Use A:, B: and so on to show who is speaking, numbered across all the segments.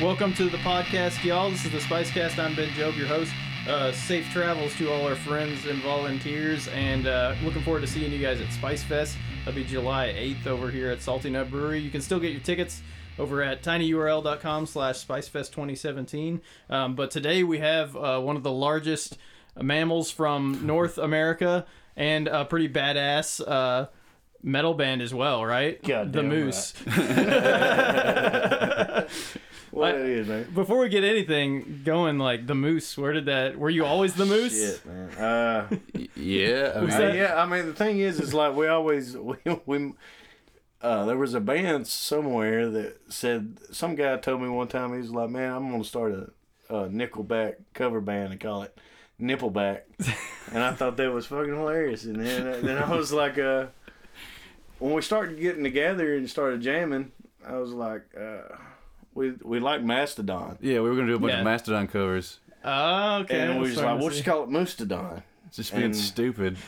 A: Welcome to the podcast, y'all. This is the Spice Cast. I'm Ben Job, your host. Uh, safe travels to all our friends and volunteers, and uh, looking forward to seeing you guys at Spice Fest. That'll be July 8th over here at Salty Nut Brewery. You can still get your tickets over at tinyurl.com slash spicefest2017. Um, but today we have uh, one of the largest mammals from North America and a pretty badass uh, metal band as well, right?
B: God
A: the
B: damn
A: Moose.
B: What it is, man?
A: Before we get anything going, like the moose, where did that? Were you always the moose?
B: Shit, man. Uh,
C: Yeah, I mean,
B: I- yeah, I mean the thing is, is like we always we we. Uh, there was a band somewhere that said some guy told me one time he was like, "Man, I'm gonna start a, a Nickelback cover band and call it Nippleback," and I thought that was fucking hilarious. And then then I was like, uh, when we started getting together and started jamming, I was like, uh, "We we like Mastodon,"
C: yeah, we were gonna do a bunch
A: Yeah.
C: of Mastodon covers.
A: Oh, okay.
B: and
A: I'm
B: we was
A: starting
B: like,
A: to
B: "We'll
A: see.
B: just call it Moostodon."
C: It's Just being
B: And-
C: stupid.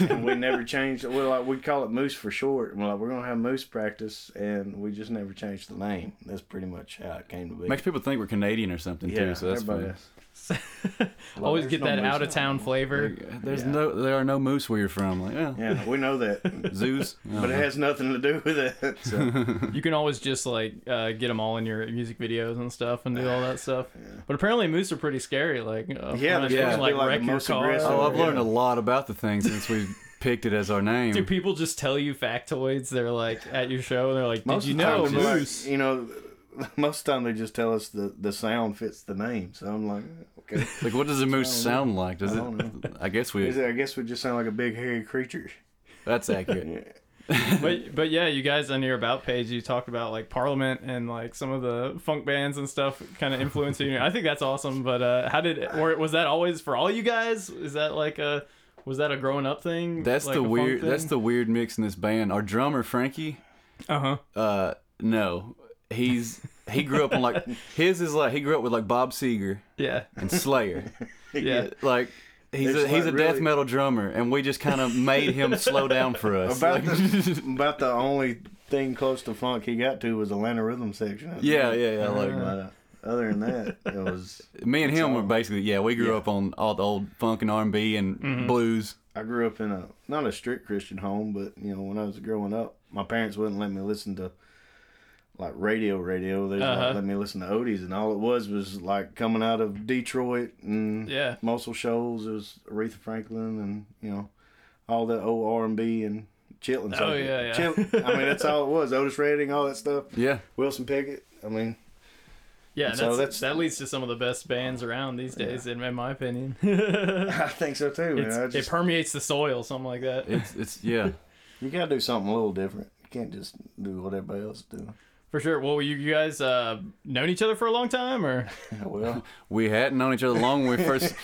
B: and we never changed. We like we call it Moose for short. And we're like we're gonna have Moose practice, and we just never changed the name. That's pretty much how it came to be.
C: Makes people think we're Canadian or something too. So that's
B: everybody
C: funny.
B: is.
A: always
B: there's
A: get
B: no
A: that
B: moose
A: out of town flavor.
C: There's no, there are no moose where you're from. Like, well,
B: Yeah, we know that,
C: zoos. Oh.
B: but it has nothing to do with that. So,
A: You can always just like uh, get them all in your music videos and stuff and do all that stuff. But apparently, moose are pretty scary. Like uh,
B: Yeah, they're
A: they
C: supposed to
A: like,
B: be, like,
A: wreck
B: the
A: your
B: most
A: car.
B: aggressive.
C: oh, I've
B: Yeah.
C: learned a lot about the thing since we picked it as our name.
A: Do people just tell you factoids? They're like at your show. and They're like, did
B: most
A: you
B: of the time
A: know
B: it's like,
A: moose?
B: you know, most of the time they just tell us the the sound fits the name. So I'm like, okay.
C: Like, what does a moose sound like? Does it?
B: don't
C: I guess we.
B: Is it- I guess we just sound like a big hairy creature.
C: That's accurate.
A: but but yeah, you guys on your about page, you talked about like Parliament and like some of the funk bands and stuff kind of influencing you. I think that's awesome. But uh, how did or was that always for all you guys? Is that like a was that a growing up thing?
C: That's the weird. That's the weird mix in this band. Our drummer Frankie.
A: uh huh.
C: Uh, no, he's he grew up on like his is like he grew up with like Bob Seger
A: Yeah,
C: and Slayer.
A: yeah.
C: like he's
B: There's
C: a, he's
B: like
C: a
B: really-
C: death metal drummer, and we just kind of made him slow down for us.
B: About
C: Like-
B: the about the only thing close to funk he got to was Atlanta rhythm section. I think.
C: yeah, yeah, yeah. Like
B: But, uh, other than that, it was.
C: me and him were
B: all-
C: basically yeah. We grew up on all the old funk and R and B
A: Mm-hmm.
C: and blues.
B: I grew up in a not a strict Christian home, but you know when I was growing up, my parents wouldn't let me listen to like radio, radio. They just
A: Uh-huh.
B: let me listen to Odies, and all it was was like coming out of Detroit and
A: Yeah.
B: Muscle Shoals. It was Aretha Franklin and you know all that old R and B and Chitlin.
A: Oh, yeah, yeah.
B: I mean that's all it was. Otis Redding, all that stuff.
C: Yeah,
B: Wilson Pickett. I mean,
A: Yeah,
B: So
A: that's,
B: that's-
A: that leads to some of the best bands around these days, in, in my opinion.
B: I think so too. Man.
A: It's-
B: I
A: it
B: just,
A: permeates the soil, something like that.
C: it's it's yeah.
B: you gotta do something a little different. You can't just do what everybody else is doing.
A: For sure. Well, you, you guys uh, known each other for a long time, or
B: Yeah, well,
C: We hadn't known each other long when we first.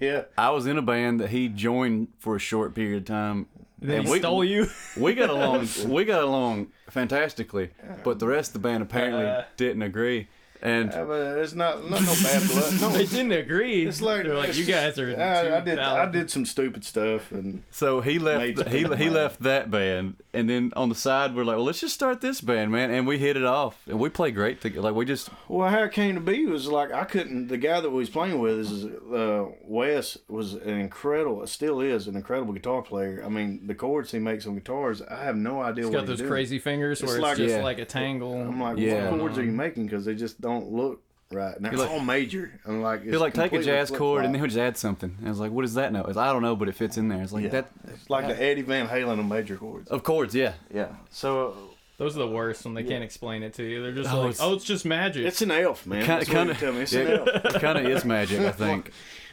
B: yeah.
C: I was in a band that he joined for a short period of time.
A: they
C: and we,
A: stole you?
C: we got along we got along fantastically but the rest of the band apparently
A: Uh.
C: didn't agree and
B: Yeah, but it's not, not no bad blood. No,
A: they didn't agree.
B: It's like-
A: They're like you guys are. too
B: I, I did. I
A: valid."
B: did some stupid stuff, and
C: so he
B: Made
C: left
B: to
C: he,
B: put
C: he
B: them
C: left that band and then on the side we're like well let's just start this band man and we hit it off and we play great together like we just
B: well, how it came to be was like I couldn't. The guy that we was playing with is uh, Wes was an incredible, still is an incredible guitar player. I mean, the chords he makes on guitars, I have no idea
A: It's
B: what
A: got
B: he's
A: those
B: doing.
A: crazy fingers where it's
B: like-
A: just
C: Yeah.
A: like a tangle.
B: I'm like,
C: Yeah.
B: what chords are you making? Because they just don't look right. Now it's
C: like-
B: all major. I'm like,
C: he like take a jazz chord and then we just add something and i was like what is that note It's, i don't know but it fits in there it's like that
B: it's like the Eddie Van Halen of major chords.
C: of chords yeah
B: Yeah. So
A: those are the worst when they can't explain it to you. They're just
C: Oh,
A: like,
C: it's-
A: oh, it's just magic.
B: it's an elf, man.
C: kind
B: That's
C: of
B: what
C: kind
B: you tell me.
C: of
B: It's an elf.
C: yeah, kind of is magic i think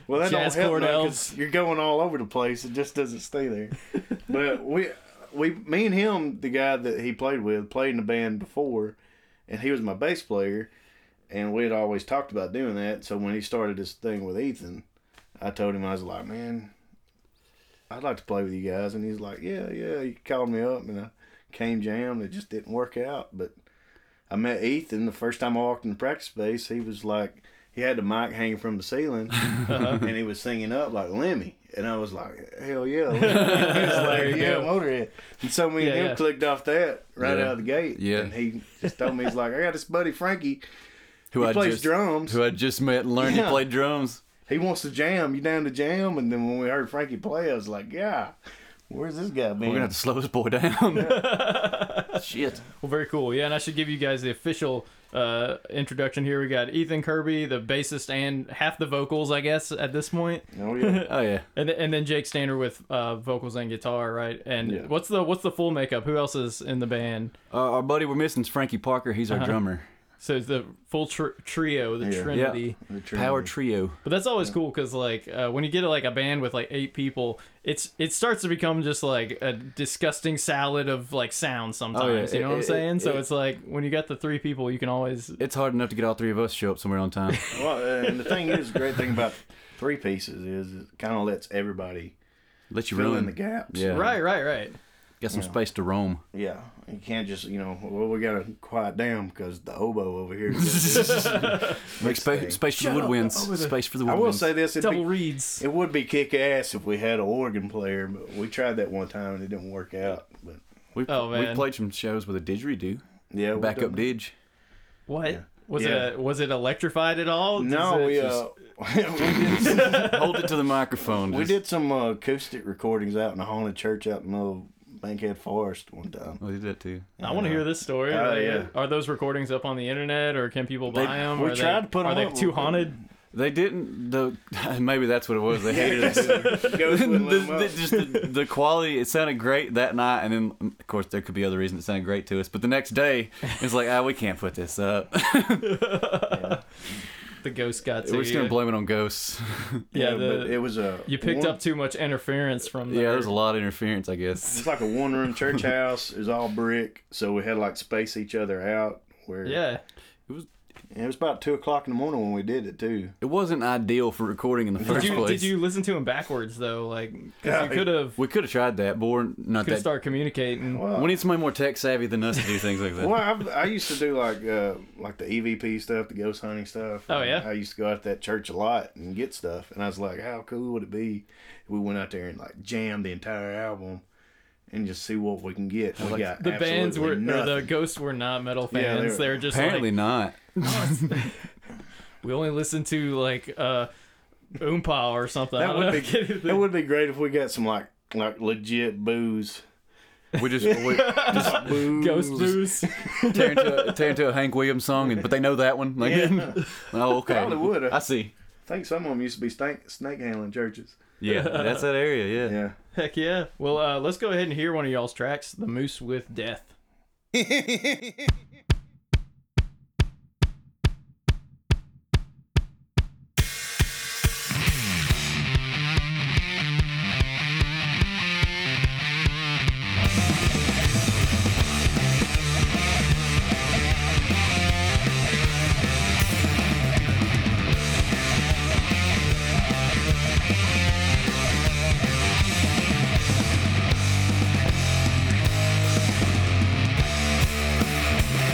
B: Well, that
A: Jazz
B: don't help
A: chord
B: none, 'cause
A: elves.
B: You're going all over the place. It just doesn't stay there. but we, we, me and him, the guy that he played with, played in the band before, and he was my bass player, and we had always talked about doing that. So when he started this thing with Ethan, I told him I was like, man, I'd like to play with you guys, and he's like, yeah, yeah. He called me up, and I came jammed. It just didn't work out, but. I met Ethan the first time I walked in the practice space. He was like, he had the mic hanging from the ceiling,
A: Uh-huh.
B: and he was singing up like Lemmy, and I was like, hell yeah, Lemmy. he was like, yeah, Motorhead. And so me and
A: Yeah,
B: him
A: yeah.
B: clicked off that right
C: Yeah.
B: out of the gate.
C: Yeah.
B: and he just told me he's like, I got this buddy Frankie.
C: Who
B: He
C: I
B: plays
C: just,
B: drums.
C: Who I just met and learned
B: Yeah.
C: he played drums.
B: He wants to jam. You down to jam? And then when we heard Frankie play, I was like, yeah, where's this guy been?
C: We're gonna have to slow this boy down. Shit.
A: Well, very cool. Yeah, and I should give you guys the official uh, introduction here. We got Ethan Kirby, the bassist and half the vocals, I guess, at this point,
B: oh yeah.
C: Oh yeah.
A: and th- and then Jake Stander with uh, vocals and guitar, right? And
B: Yeah.
A: what's the what's the full makeup? Who else is in the band?
C: Uh, our buddy we're missing is Frankie Parker. He's
B: Uh-huh.
C: our drummer.
A: So it's the full tr- trio, the
B: Yeah.
A: Trinity.
B: The Trinity.
C: Power trio.
A: But that's always cool 'cause cool because like uh, when you get like a band with like eight people, it's it starts to become just like a disgusting salad of like sounds
B: Oh,
A: sometimes. You know
C: It-
A: what I'm
C: it-
A: saying? so
C: it-
A: it's like when you got the three people, you can always
C: It's hard enough to get all three of us to show up somewhere on time.
B: Well, uh, and the thing is, the great thing about three pieces is it kind of lets everybody
C: Let you
B: fill
C: run.
B: in the gaps.
C: Yeah.
A: right, right, right.
C: Got some space to roam.
B: Yeah. You can't just, you know, well, we got to quiet down because the oboe over here. is-
C: Make space, space for the woodwinds. Space for the woodwinds.
B: I will say this. It'd
A: Double
B: be,
A: reads.
B: it would be kick ass if we had an organ player, but we tried that one time and it didn't work out. But
C: we,
A: Oh,
C: we
A: man.
C: played some shows with a didgeridoo.
B: yeah. we
C: Backup
B: done-
C: didge.
A: What was
B: Yeah.
A: it? Was it electrified at all? Is
B: No,
A: it
B: we,
A: just-
B: uh, we did
C: Hold it to the microphone.
B: We
C: just-
B: did some uh, acoustic recordings out in a haunted church out in the middle of Bankhead Forest one time.
C: We oh, did that too.
A: I want to hear this story.
B: Oh,
A: Like,
B: uh, yeah.
A: Are those recordings up on the internet, or can people buy them?
B: we
A: are
B: tried
A: they,
B: to put
A: Are
B: 'em
A: they
B: up.
A: too haunted?
C: They didn't. The maybe that's what it was. They hated us.
B: Ghost
C: the,
B: wouldn't let 'em up.
C: the- just the, the quality. It sounded great that night, and then mm, of course there could be other reasons it sounded great to us. But the next day, it's like, ah, we can't put this up.
A: The ghost got to
C: We're just
A: you.
C: gonna blame it on ghosts.
A: yeah, the-
B: but it was a.
A: you picked
B: one-
A: up too much interference from.
C: yeah,
A: their-
C: there's a lot of interference, I guess.
B: It's like a one room church house. It was all brick, so we had like space each other out. Where
A: Yeah.
B: and it was about two o'clock in the morning when we did it too.
C: It wasn't ideal for recording in the
A: Did
C: first
A: you,
C: place.
A: did you listen to him backwards though? Like, 'cause
B: Yeah,
A: you could have
C: We could have tried that, but we're not
A: could
C: that.
A: start communicating.
B: Well,
C: We need somebody more tech savvy than us to do things like that.
B: well, I've, I used to do like uh, like the EVP stuff, the ghost hunting stuff.
A: Oh, yeah?
B: I used to go out to that church a lot and get stuff, and I was like, how cool would it be if we went out there and like jammed the entire album and just see what we can get? We
C: Like,
B: got
A: The bands were
B: absolutely
A: or the
B: nothing.
A: ghosts were not metal
B: Yeah, they
A: fans.
B: were-
A: they were just
C: Apparently
A: like
C: not.
A: we only listened to like uh Oompa or something. I
B: That
A: don't
B: would
A: know.
B: be it would be great if we got some like like legit booze.
C: We just we just
B: booze.
A: ghost booze.
C: tear into, tear into a Hank Williams song, and but they know that one. Like,
B: Yeah.
C: oh, okay.
B: Probably would've.
C: I see.
B: I think some of them used to be snake, snake handling churches.
C: Yeah, that's that area. Yeah.
B: Yeah.
A: Heck yeah. Well, uh, let's go ahead and hear one of y'all's tracks, "The Moose with Death."
D: Thank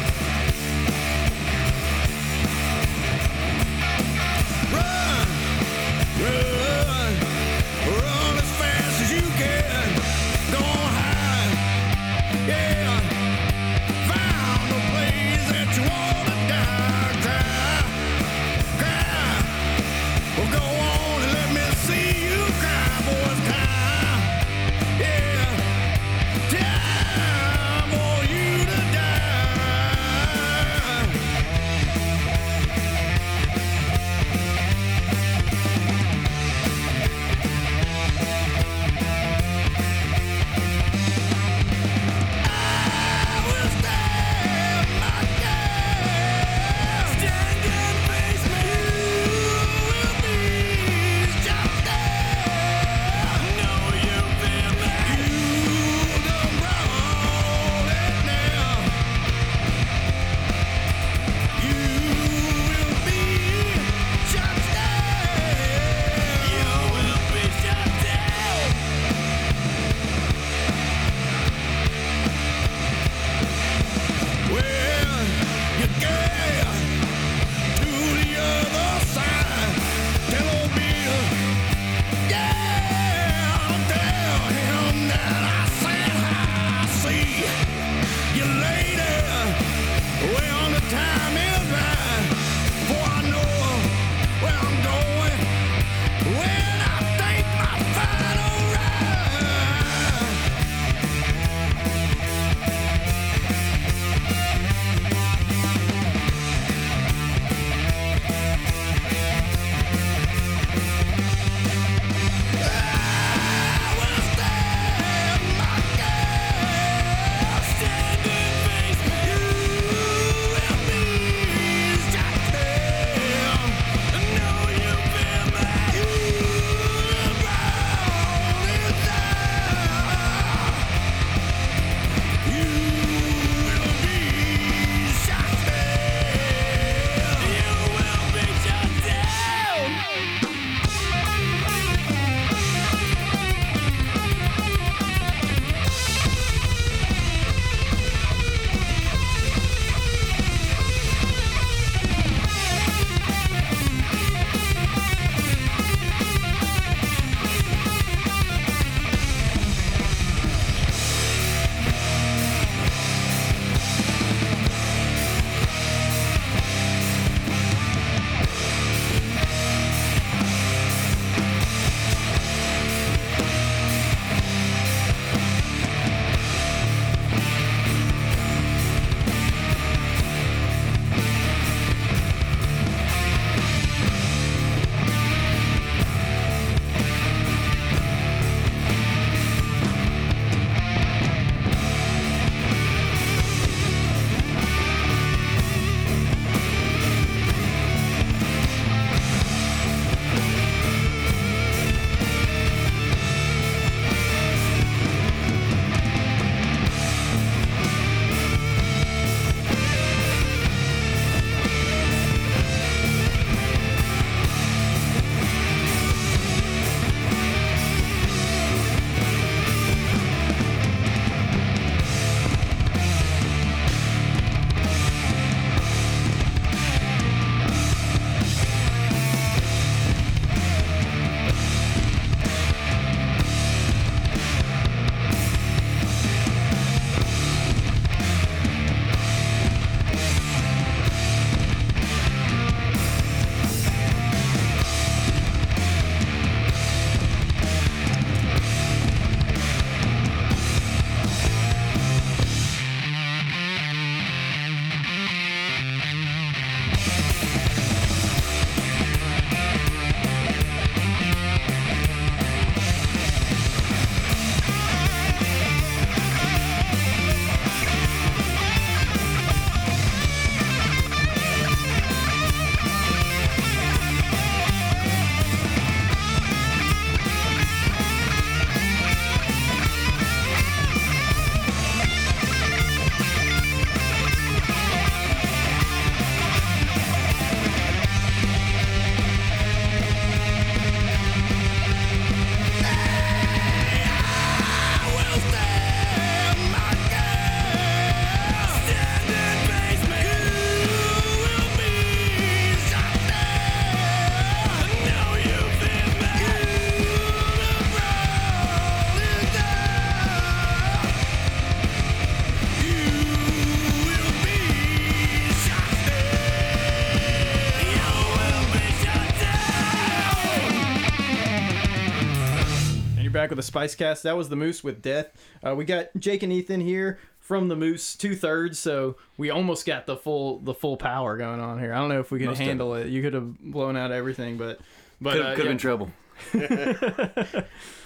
A: back with the Spice Cast. That was the Moose with Death. Uh, we got Jake and Ethan here from the Moose, two thirds. So we almost got the full the full power going on here. I don't know if we could
C: Most of
A: handle it. You could have blown out everything, but but
C: Could
A: uh,
C: have
A: yeah.
C: been trouble.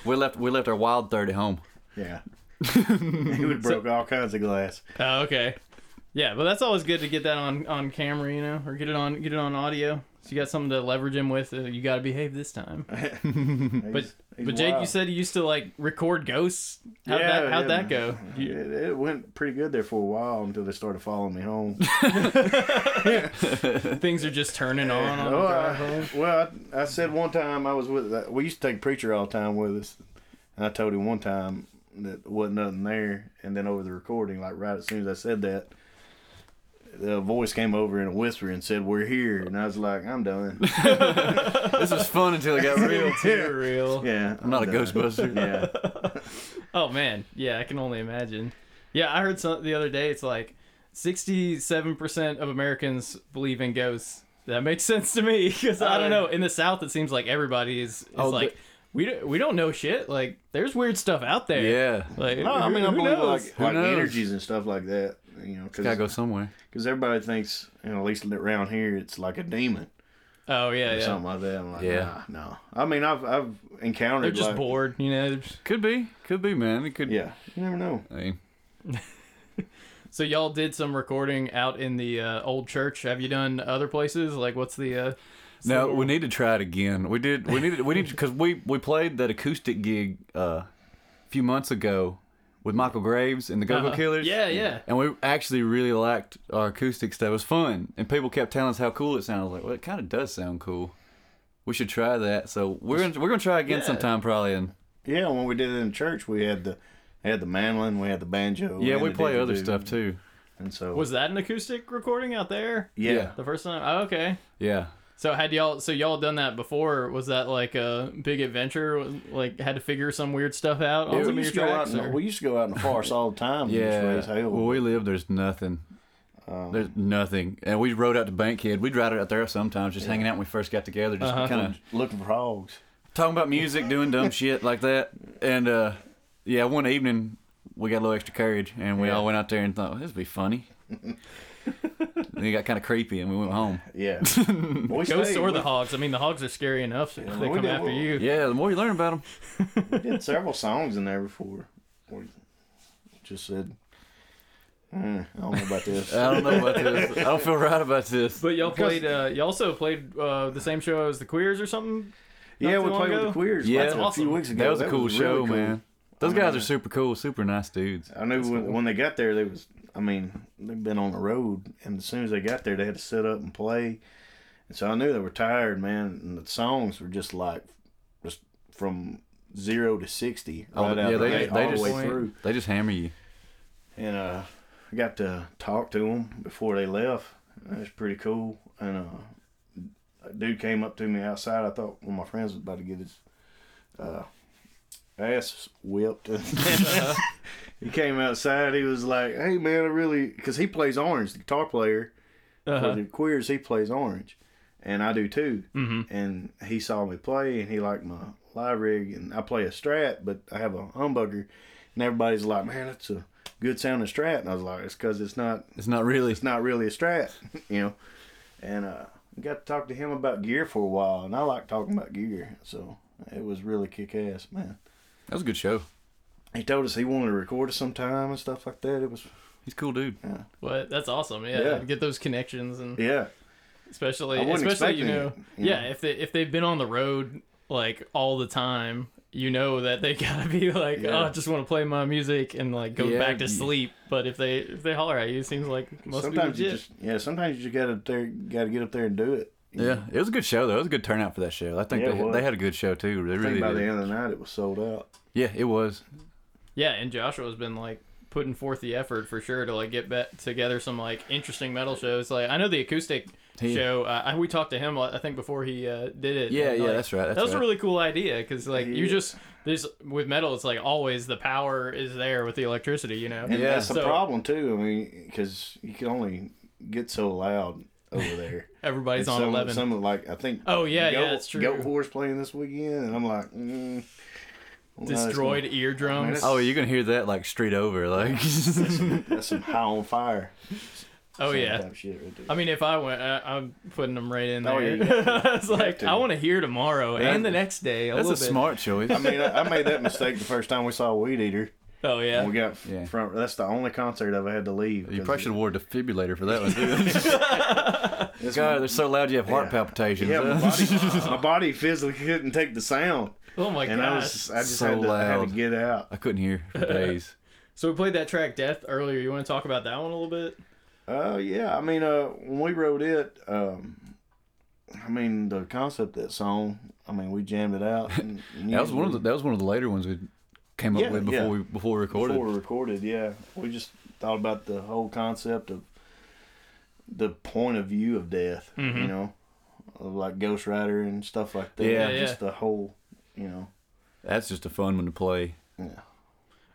C: we left we left our wild third at home.
B: Yeah. he would have broke all kinds of glass.
A: Oh, okay. Yeah, but that's always good to get that on on camera, you know, or get it on get it on audio. So you got something to leverage him with. Uh, you got to behave this time. But
B: He's- he's
A: but Jake, you
B: wild.
A: said you used to like record ghosts. How'd
B: Yeah,
A: that how'd
B: yeah.
A: that go? You-
B: It, it went pretty good there for a while until they started following me home.
A: things are just turning on. on the
B: Oh,
A: drive home.
B: I, well, I, I said one time I was with. uh, We used to take preacher all the time with us, and I told him one time that wasn't nothing there, and then over the recording, like right as soon as I said that, the voice came over in a whisper and said, "We're here," and I was like, "I'm done."
C: This was fun until it got real.
A: Too real.
B: Yeah,
C: I'm not a
B: done.
C: Ghostbuster.
B: Yeah,
A: Oh man, yeah, I can only imagine. Yeah, I heard some the other day. It's like sixty-seven percent of Americans believe in ghosts. That makes sense to me because I
B: Uh,
A: don't know. In the South, it seems like everybody is, is
C: Oh,
A: like,
C: the-
A: we don't, we don't know shit. Like, there's weird stuff out there.
C: Yeah.
A: Like,
B: No, I
A: who-
B: mean I
A: who
B: believe
A: knows?
B: like
C: Who
B: like
C: knows?
B: energies and stuff like that. You know,
C: Gotta go
B: because
C: somewhere.
B: everybody thinks, you know, at least around here, it's like a demon.
A: oh yeah,
B: or
A: yeah.
B: something like that. I'm like,
C: Yeah.
B: nah, no. I mean, I've I've encountered
A: They're just
B: like-
A: bored, you know.
C: Could be. Could be, man. It could
B: Yeah, you never know.
C: I mean,
A: So y'all did some recording out in the uh, old church. Have you done other places? Like, what's the? Uh,
C: No,
A: so-
C: we need to try it again. We did. We needed. We need because we we played that acoustic gig uh, a few months ago with Michael Graves and the Go Go
A: Uh-huh.
C: Killers.
A: Yeah, yeah.
C: And we actually really liked our acoustic stuff. It was fun, and people kept telling us how cool it sounded. I was like, well, it kind of does sound cool. We should try that. So we're gonna, we're gonna try again
A: Yeah.
C: sometime probably. And
B: Yeah, when we did it in church, we had the had the mandolin, we had the banjo.
C: yeah,
B: and
C: we
B: the
C: play other
B: didgeridoo.
C: stuff too.
B: And so
A: Was that an acoustic recording out there?
B: yeah.
C: yeah.
A: The first time. Oh, okay.
C: Yeah.
A: So had y'all so y'all done that before? Was that like a big adventure? Was- Like had to figure some weird stuff out on
B: We
A: some of your
B: used, to go out
A: tracks?
B: in the,
A: or-
B: we used to go out in the forest all the time.
C: Yeah.
B: And just raise hell.
C: Where we live, there's nothing.
A: Um.
C: there's nothing, and we rode out to Bankhead. We'd ride out there sometimes, just hanging out when we first got together, just
A: Uh-huh.
C: kind of
B: looking for hogs.
C: talking about music, doing dumb shit like that. And uh, yeah, one evening we got a little extra courage, and we all went out there and thought this would be funny. and it got kind of creepy, and we went home.
B: Yeah. we
A: Ghosts
B: stayed.
A: or the
B: We-
A: hogs? I mean, the hogs are scary enough. So they
B: we
A: come
B: did-
A: after you.
C: Yeah, the more you learn about them,
B: We did several songs in there before. We just said, "Hmm, I don't know about this.
C: I don't know about this. I don't feel right about this.
A: But y'all played. Uh, you also played uh, the same show as the Queers or something.
B: yeah,
A: Not
B: we
A: too long
B: played with the
A: ago?
B: Queers
C: Yeah.
B: like,
C: That's
B: a
A: awesome.
B: few weeks ago.
C: That was a cool show,
B: really cool.
C: man. Those guys are super cool, super nice dudes.
B: I knew when, when they got there, they was. I mean, they've been on the road, and as soon as they got there, they had to sit up and play, and so I knew they were tired, man. And the songs were just like, just from zero to sixty,
C: Oh,
B: right out the
C: yeah, they,
B: gate,
C: they
B: all the
C: just
B: way through.
C: they just hammer you.
B: And uh, I got to talk to them before they left. That was pretty cool. And uh, a dude came up to me outside. I thought one of my friends was about to get his uh, ass whipped. he came outside. He was like, "Hey man, I really," because he plays orange, the guitar player
A: Uh-huh.
B: for the queers. He plays orange, and I do too. Mm-hmm. And he saw me play, and he liked my live rig, and I play a Strat, but I have a humbucker, and everybody's like, "Man, that's a good sounding Strat," and I was like, "It's because it's not
C: It's not really.
B: it's not really a strat, you know. And uh, got to talk to him about gear for a while, and I like talking about gear, so it was really kick ass, man.
C: That was a good show.
B: He told us he wanted to record us sometime and stuff like that. It was
C: He's a cool dude.
A: What? That's awesome. Yeah,
B: Yeah.
A: get those connections and
B: yeah,
A: especially
B: I wasn't
A: especially you know
B: expecting it, you
A: yeah if they if they've been on the road like all the time you know that they gotta be like
B: Yeah.
A: oh I just want to play my music and like go
C: Yeah,
A: back to
C: you-
A: sleep but if they if they holler at you it seems like it must
B: sometimes
A: be
B: you
A: legit.
B: just yeah, sometimes you just gotta there, gotta get up there and do it. you know.
C: Yeah, it was a good show though. It was a good turnout for that show. I think
B: Yeah, it
C: they,
B: was.
C: they had a good show too. They
B: I think
C: really
B: by the
C: did.
B: end of the night it was sold out.
C: Yeah, it was.
A: yeah and Joshua's been like putting forth the effort for sure to like get back together some like interesting metal shows like I know the acoustic
C: He-
A: show uh, I, we talked to him I think before he uh, did it
C: Yeah,
A: and,
C: yeah,
A: like,
C: that's right. That's
A: that was a
C: right.
A: really cool idea because like you
B: Yeah.
A: just this with metal it's like always the power is there with the electricity you know
B: And
C: Yeah.
B: that's the
A: So-
B: problem too. I mean, because you can only get so loud over there.
A: everybody's
B: And
A: on
B: some,
A: 11
B: Some of, like I think.
A: Oh, yeah,
B: Goat,
A: yeah, that's true.
B: Goat Horse playing this weekend, and I'm like, mm, that's
A: destroyed
B: Man,
A: eardrums.
B: that's-
C: Oh, you're gonna hear that like straight over, like.
B: some- That's some high on fire.
A: oh
B: Same
A: yeah.
B: type shit right there.
A: I mean, if I went, I, I'm putting them right in there.
B: Oh, yeah, you
A: I was like,
B: to.
A: I want to hear tomorrow
C: Yeah.
A: and the next day. A
C: That's a
A: little bit.
C: smart choice.
B: I mean, I, I made that mistake the first time we saw Weed Eater.
A: Oh yeah.
B: We got
C: Yeah.
B: front. That's the only concert I've had to leave.
C: You
B: 'cause
C: probably should have wore a defibrillator for that one too.
B: it's-
C: God, they're so loud you have heart
B: Yeah.
C: palpitations.
B: Yeah, my body, my body physically couldn't take the sound,
A: oh my
B: and I
A: gosh.
B: was I just
C: So
B: had, to, I had to
C: loud.
B: get out.
C: I couldn't hear for days.
A: So we played that track "Death" earlier. You want to talk about that one a little bit?
B: Oh yeah, I mean, uh, when we wrote it, um, I mean, the concept of that song. I mean, we jammed it out. And,
C: That was one of the that was one of the later ones we came up
B: Yeah,
C: with before
B: yeah.
C: we before we recorded.
B: Before we recorded, yeah. We just thought about the whole concept of the point of view of death, you know, of like Ghost Rider and stuff like that.
C: Yeah.
A: Yeah,
B: Just the whole, you know.
C: That's just a fun one to play.
B: Yeah.
C: Hmm.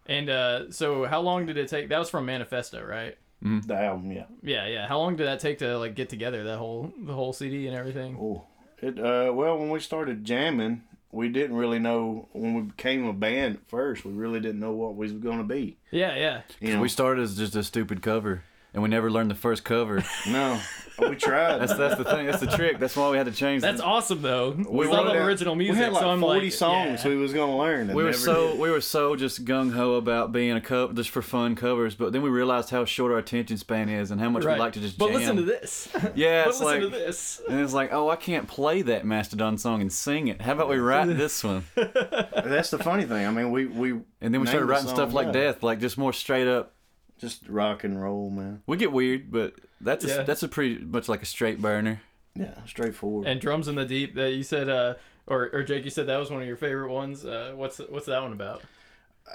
A: And uh, so, how long did it take? That was from Manifesto, right?
B: The album, yeah.
A: Yeah, yeah. How long did that take to like get together that whole the whole CD and everything?
B: Oh, it. Uh, well, when we started jamming, we didn't really know when we became a band at first. We really didn't know what we was going to be.
A: Yeah, yeah.
B: You know,
C: We started as just a stupid cover, and we never learned the first cover.
B: no, we tried.
C: That's that's the thing. That's the trick. That's why we had to change.
A: That's
C: the,
A: awesome though. We
B: We
A: love
B: wrote out-
A: original music.
B: We had like
A: so I'm
B: forty
A: like,
B: songs
A: Yeah.
B: we was going to learn. and
C: we were
B: never
C: so
B: did.
C: we were so just gung ho about being a cover just for fun covers, but then we realized how short our attention span is and how much
A: Right.
C: we like to just.
A: But
C: jam.
A: listen to this.
C: Yeah,
A: but
C: it's
A: listen
C: like,
A: to this.
C: and it's like, oh, I can't play that Mastodon song and sing it. How about we write this one?
B: That's the funny thing. I mean, we we
C: And then we started
B: named the
C: writing
B: song,
C: stuff like
B: yeah.
C: Death, like just more straight up.
B: Just rock and roll, man.
C: We get weird, but that's a,
A: Yeah.
C: that's a pretty much like a straight burner.
B: Yeah, straightforward.
A: And drums in the deep that you said, uh, or or Jake, you said that was one of your favorite ones. Uh, what's what's that one about?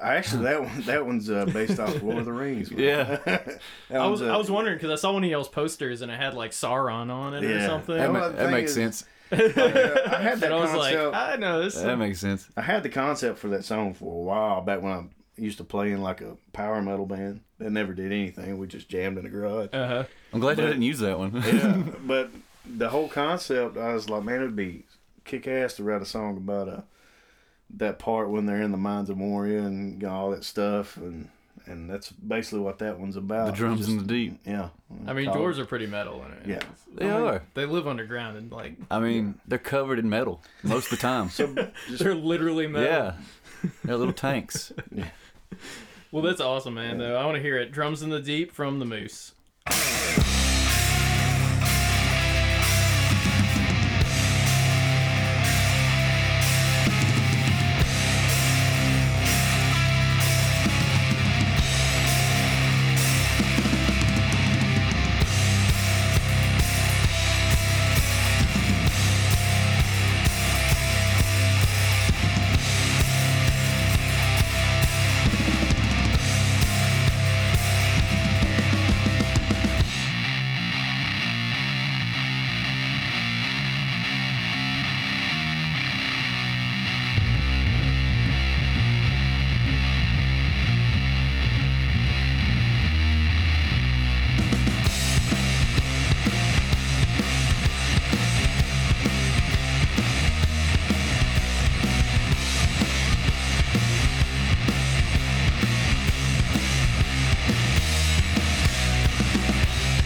B: Actually, that one that one's uh, based off Lord of the Rings. man.
C: Yeah.
B: That
A: I
B: one's,
A: was
B: uh,
A: I was wondering because I saw one of y'all's posters and it had like Sauron on it or
B: Yeah.
A: something.
C: That,
A: And
C: ma-
B: well, the
C: that
B: thing
C: makes
B: is-
C: sense.
B: I had that
A: I was like, "Ah."
B: concept.
A: I know this.
C: That makes sense.
B: I had the concept for that song for a while back when I used to play in like a power metal band that never did anything. We just jammed in the garage.
A: Uh huh.
C: I'm glad I didn't use that one.
B: Yeah, but the whole concept, I was like, man, it'd be kick ass to write a song about uh, that part when they're in the mines of Moria and got all that stuff, and and that's basically what that one's about.
C: the drums
B: Just-
C: in the deep.
B: yeah.
A: I mean,
B: Call-
A: doors are pretty metal in it.
B: Yeah.
C: They are.
A: They live underground and like
C: I mean, they're covered in metal most of the time.
A: they're literally metal.
C: yeah, they're little tanks.
A: Well, that's awesome, man. Though I want to hear it. Drums in the deep from the Moose.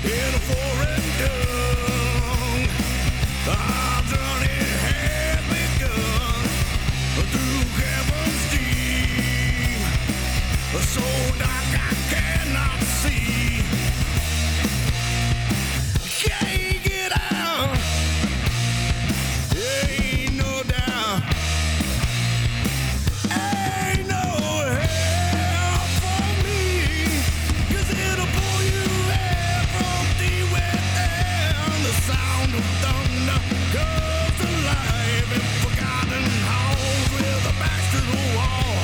D: In a foreign tongue, our journey had begun. Through caverns deep, so dark I cannot see. Can't get out. Ain't no doubt. Ain't no help for me. 'Cause it'll pull you out from the within. The sound of thunder comes alive in forgotten halls with a back to the wall.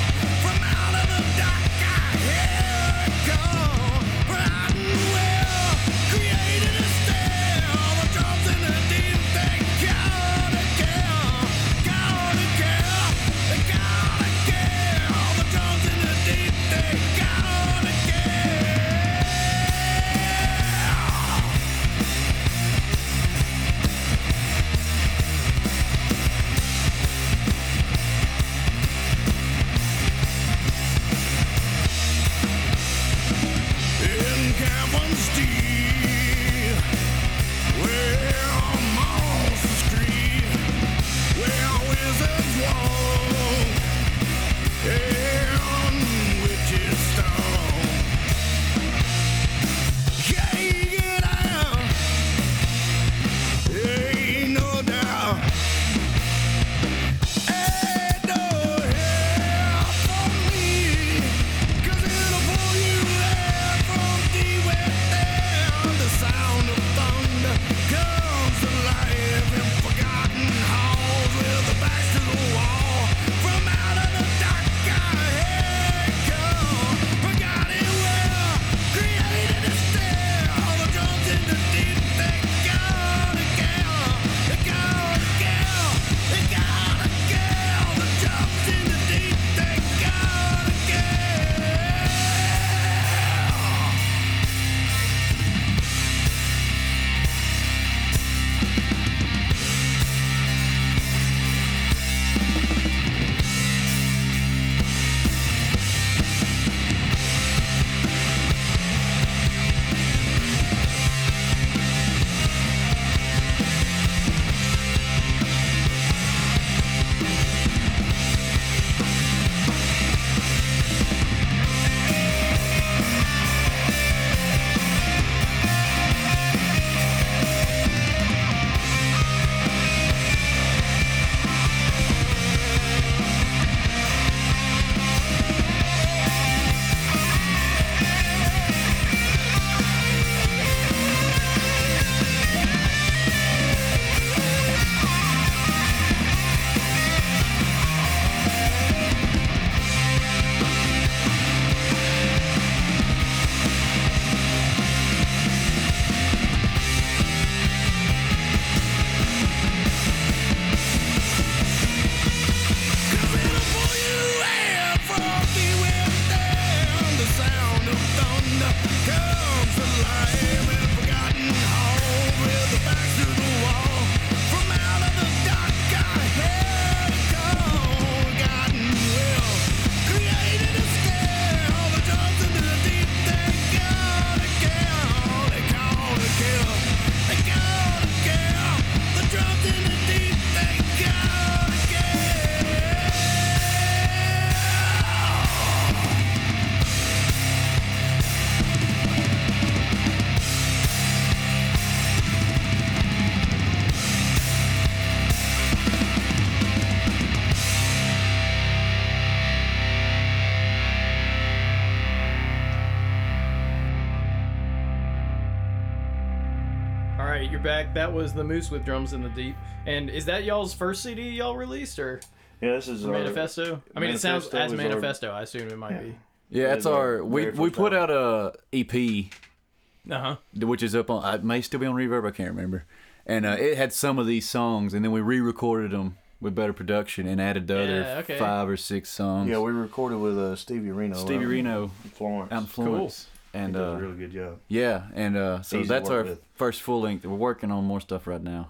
D: From out of the dark I hear it call. Riding well, created a stare. The drums in the deep, they gotta kill, gotta kill, they gotta kill. The drums in the deep, they gotta kill.
A: you're back. That was the Moose with Drums in the Deep. And is that y'all's first CD y'all released or
B: Yeah, this is uh, our,
A: Manifesto? I mean, it sounds
B: Manifesto
A: as
B: is our-
A: Manifesto. I assume it might
C: Yeah, that's
B: is our
C: our. We
B: very
C: we
B: first
C: put out a EP
A: be. Uh huh.
C: which is up on. It may still be on Reverb. I can't remember. And uh, it had some of these songs, and then we re-recorded them with better production and added the other
A: Yeah, okay.
C: five or six songs.
B: Yeah, we recorded with uh, Stevie Reno.
C: Stevie
B: out
C: Reno
B: in Florence.
C: out in Florence,
B: He
C: and
B: does
C: uh,
B: a really good job.
C: yeah, and uh, so
B: Easy to
C: that's
B: work
C: our
B: with.
C: first full length. We're working on more stuff right now.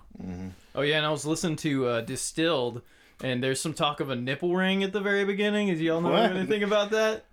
A: Oh yeah, and I was listening to uh, Distilled, and there's some talk of a nipple ring at the very beginning. Is y'all know
B: What?
A: anything about that,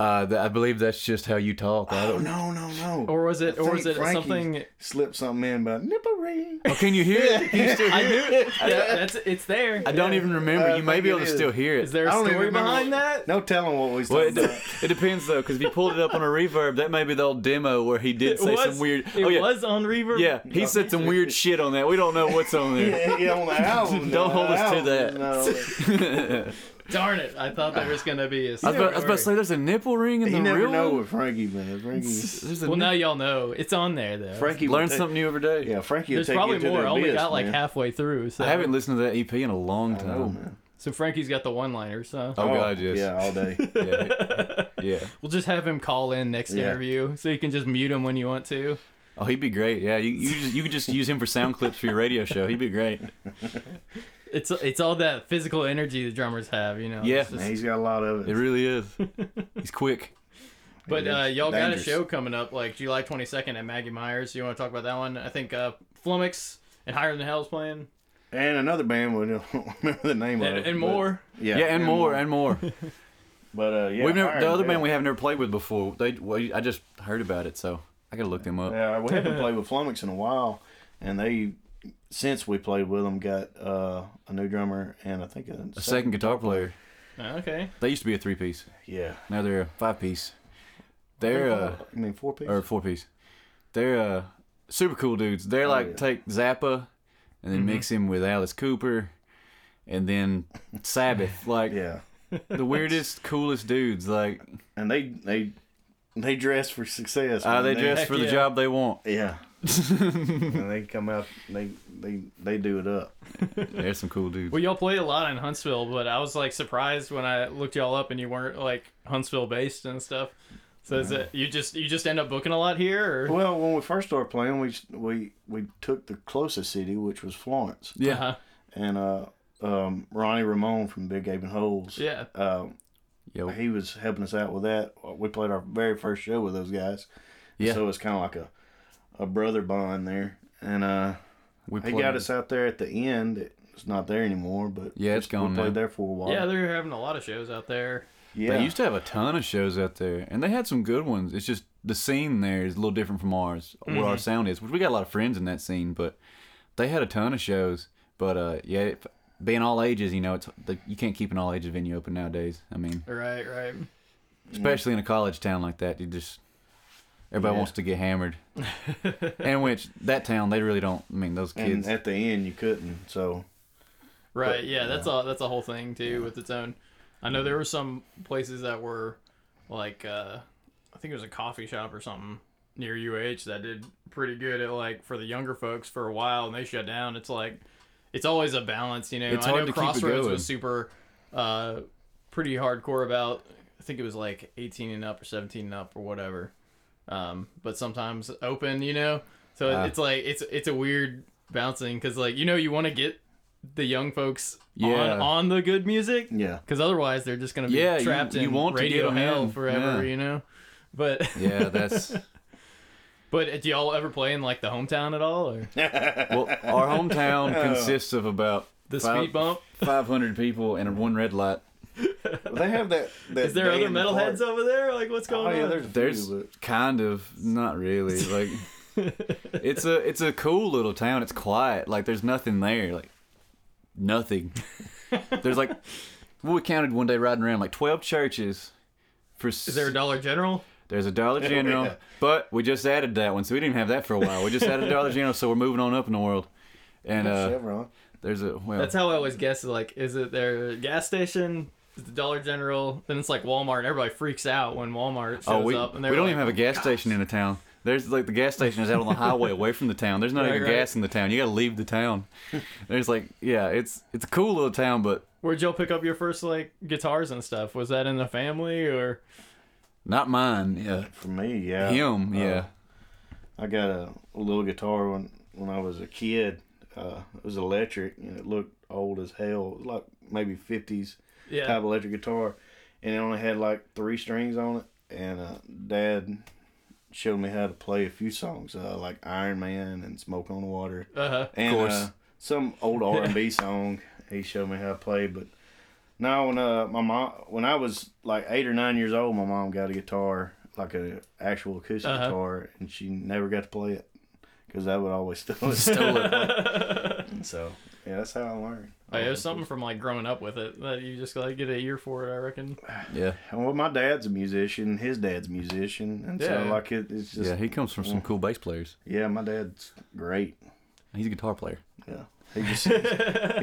C: Uh, th- I believe that's just how you talk. I
B: Oh
C: don't.
B: no, no, no!
A: or was it, or
B: I think
A: was it
B: Frankie
A: something?
B: Slipped something in about nipple ring.
C: Oh, can you hear it? Can you still
A: I
C: hear it?
A: knew it. That- that's it's there.
C: I don't even remember.
B: I
C: You may
B: think
C: be
B: it
C: able to
B: is.
C: still hear it.
A: Is there a
B: I don't even
A: story
B: remember
A: behind that?
B: No telling what we
C: Well,
B: said.
C: it, de- it depends though, because if you pulled it up on a reverb, that may be the old demo where he did
A: It
C: say
A: was
C: some weird.
A: It
C: oh yeah,
A: was on Reverb.
C: yeah, he said some weird shit on that. We don't know what's on there.
B: yeah, on the album. the
C: Don't hold us to
B: album,
C: that.
B: No,
A: Darn it! I thought there was gonna be a.
C: I was, about, I was about to say,
A: story.
C: there's a nipple ring in
B: you
C: the
B: never
C: real.
B: know
C: one?
B: with Frankie, man. Frankie,
C: There's a
A: Well, now
C: nip-
A: y'all know it's on there though.
B: Frankie will
C: learn
B: take-
C: something new every day.
B: Yeah, Frankie will
A: There's
B: take
A: probably
B: you to
A: more.
B: The
A: I only
B: abyss,
A: got like
B: man.
A: halfway through. So.
C: I haven't listened to that EP in a long
B: I
C: time.
B: know, man.
A: So Frankie's got the one-liners. So
C: Oh, god, yes.
B: Yeah, all day.
C: Yeah. yeah.
A: we'll just have him call in next
B: Yeah.
A: interview, so you can just mute him when you want to.
C: Oh, he'd be great. Yeah, you you just you could just use him for sound clips for your radio show. He'd be great.
A: It's it's all that physical energy the drummers have, you know.
C: Yeah.
A: It's just-
B: Man, he's got a lot of it.
C: It really is. He's quick.
A: but uh, y'all
B: Dangerous.
A: got a show coming up like July 22nd at Maggie Myers. You want to talk about that one? I think uh, Flummox and Higher Than Hell's playing,
B: and another band we don't remember the name
A: and,
B: of.
A: and
B: but-
A: more.
B: Yeah,
C: Yeah, and more and more.
B: But uh, yeah,
C: We've never,
B: Iron
C: the other band
B: Maiden.
C: we have never played with before. They, well, I just heard about it, so I gotta look them up.
B: Yeah, we haven't played with Flummox in a while, and they since we played with them got uh, a new drummer and I think a,
C: A second guitar player.
A: Oh, okay.
C: They used to be a three piece.
B: Yeah,
C: Now they're a five piece. They're uh,
B: I mean four piece.
C: or four piece. They're uh, super cool dudes. They like
B: Oh, yeah. Mm-hmm.
C: take Zappa, and then mix him with Alice Cooper, and then Sabbath. Like
B: yeah,
C: the weirdest, coolest dudes. Like
B: and they they they dress for success.
C: uh,
B: man.
C: they dress
A: Heck
C: for the
A: yeah.
C: job they want.
B: Yeah. and they come out, they they they do it up.
C: They're some cool dudes.
A: Well, y'all play a lot in Huntsville, but I was like surprised when I looked y'all up and you weren't like Huntsville based and stuff. So is it you just you just end up booking a lot here? Or?
B: Well, when we first started playing, we we we took the closest city, which was Florence,
C: yeah,
A: Uh-huh.
B: and uh, um, Ronnie Ramon from Big Ape and Holes.
A: Yeah.
B: Um,
C: Yo.
B: he was helping us out with that. We played our very first show with those guys.
C: Yeah.
B: So it's kind of like a, a brother bond there. And uh,
C: we
B: he
C: played-
B: got us out there at the end. It's not there anymore, but
C: Yeah, it's
B: we
C: gone
B: played
C: now.
B: there for a while.
A: Yeah, they're having a lot of shows out there.
B: yeah.
C: They used to have a ton of shows out there, and they had some good ones. It's just the scene there is a little different from ours, what our sound is. Which we got a lot of friends in that scene, but they had a ton of shows. But uh, yeah, it, being all ages, you know, it's the, you can't keep an all ages venue open nowadays. I mean,
A: Right, right.
C: especially in a college town like that, you just everybody
B: Yeah.
C: wants to get hammered. and which that town, they really don't. I mean, those
B: and
C: kids.
B: at the end, you couldn't. So
A: Right. yeah, that's a that's a whole thing too with its own. I know there were some places that were like uh, I think it was a coffee shop or something near UH that did pretty good at like for the younger folks for a while, and they shut down. It's like it's always a balance, you know.
C: It's
A: I
C: hard
A: know
C: to keep it
A: Crossroads
C: going.
A: was super uh, pretty hardcore about. I think it was like 18 and up or 17 and up or whatever. Um, but sometimes open, you know. So
C: Ah.
A: it's like it's it's a weird bouncing because like you know you want to get the young folks on,
C: Yeah.
A: on the good music
B: yeah,
A: because otherwise they're just gonna be
C: Yeah, you-
A: trapped
C: you
A: in
C: want to
A: radio
C: get 'em
A: hell
C: in.
A: forever
C: Yeah.
A: you know but
C: yeah, that's
A: but uh, do y'all ever play in like the hometown at all or
C: well, our hometown consists of about
A: the
C: five-
A: speed bump
C: five hundred people and one red light.
B: But they have that. that
A: is there
B: day
A: other
B: in the
A: metalheads
B: park.
A: over there like what's
B: Oh
A: going
B: yeah,
A: on
B: there's a few,
C: There's
B: but-
C: kind of not really like it's a it's a cool little town. It's quiet. Like there's nothing there. Like nothing. there's like well, we counted one day riding around like twelve churches. For
A: is there a Dollar General
C: there's a Dollar General,
B: Yeah.
C: but we just added that one, so we didn't have that for a while. We just added Dollar General, so we're moving on up in the world. And uh,
B: Chevron.
C: there's a well,
A: that's how I always guess like is it their gas station is the Dollar General then it's like Walmart and everybody freaks out when Walmart shows
C: oh we,
A: up and
C: we
A: they're
C: don't
A: like,
C: even have a gas station in the town. There's like the gas station is out on the highway away from the town. There's not
A: Right,
C: even
A: right.
C: gas in the town. You got to leave the town. There's like yeah, it's it's a cool little town, but
A: Where'd y'all pick up your first like guitars and stuff? Was that in the family or?
C: Uh, not mine. Yeah,
B: For me, yeah.
C: him.
B: Uh,
C: Yeah,
B: I got a, a little guitar when when I was a kid. Uh, it was electric and it looked old as hell. It was like maybe fifties
A: Yeah.
B: type electric guitar, and it only had like three strings on it. And uh, Dad showed me how to play a few songs, uh, like Iron Man and Smoke on the Water,
A: Uh huh.
B: and
C: course.
B: Uh, some old R and B song. He showed me how to play, but. No, when uh, my mom, when I was like eight or nine years old, my mom got a guitar, like a actual acoustic
A: Uh-huh.
B: guitar, and she never got to play it because I would always steal it.
C: Stole it.
B: And so yeah, that's how I learned.
A: Hey, it was something from like growing up with it that you just like get an ear for it. I reckon.
C: yeah,
B: And well, my dad's a musician, his dad's a musician, and
A: Yeah.
B: so like it, it's just
C: yeah.
B: yeah,
C: He comes from some cool bass players.
B: my dad's great.
C: He's a guitar player.
B: Yeah, he just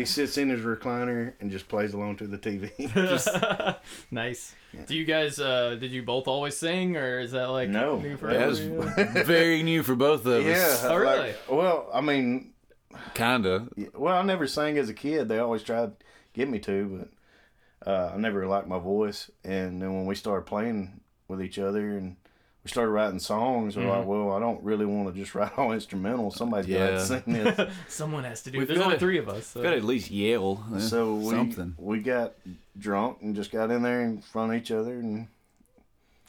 B: he sits in his recliner and just plays along to the TV.
A: nice. Do you guys? uh Did you both always sing, or is that like
B: No.
A: new for
C: That was
A: everybody?
C: very new for both of
B: yeah,
C: us.
A: Oh,
B: like-
A: really?
B: well, I mean,
C: Kinda.
B: Yeah, Well, I never sang as a kid. They always tried to get me to, but uh, I never liked my voice. And then when we started playing with each other and we started writing songs, we're like, well, I don't really want to just write all instrumental. Somebody's
C: Mm-hmm. Yeah.
B: got to sing this.
A: Someone has to do. it.
C: We've
A: There's
C: got
A: only
C: a-
A: three of us. so-
C: Got to at least yell. eh,
B: so we,
C: something.
B: we got drunk and just got in there in front of each other and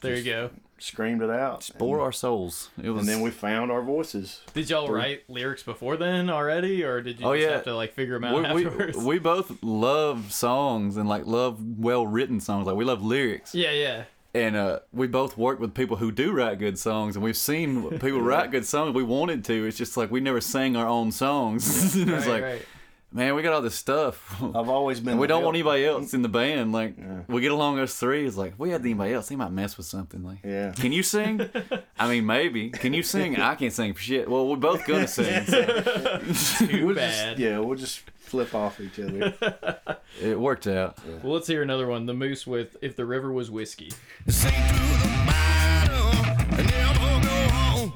A: There you go.
B: screamed it out.
C: Bore our souls. It was.
B: and then we found our voices.
A: Did y'all write lyrics before then already, or did you
C: Oh,
A: just
C: yeah.
A: have to like figure them out
C: we, we,
A: afterwards?
C: we both love songs and like love well written songs. Like we love lyrics.
A: yeah, yeah.
C: and uh, we both work with people who do write good songs, and we've seen people write good songs. We wanted to. It's just like we never sang our own songs. it was
A: Right,
C: like,
A: right.
C: man, we got all this stuff.
B: I've always been.
C: And we
B: the
C: don't want
B: help.
C: anybody else in the band. Like we get along us three. It's like if we had anybody else, they might mess with something. Like,
B: Yeah.
C: can you sing? I mean, maybe. Can you sing? I can't sing for shit. Well, we're both gonna sing. so
B: We'll
A: bad.
B: Just, yeah, we'll just flip off each other.
C: it worked out.
A: Well, let's hear another one. The Moose with "If the River Was Whiskey."
D: Sink through the bottom and never go home.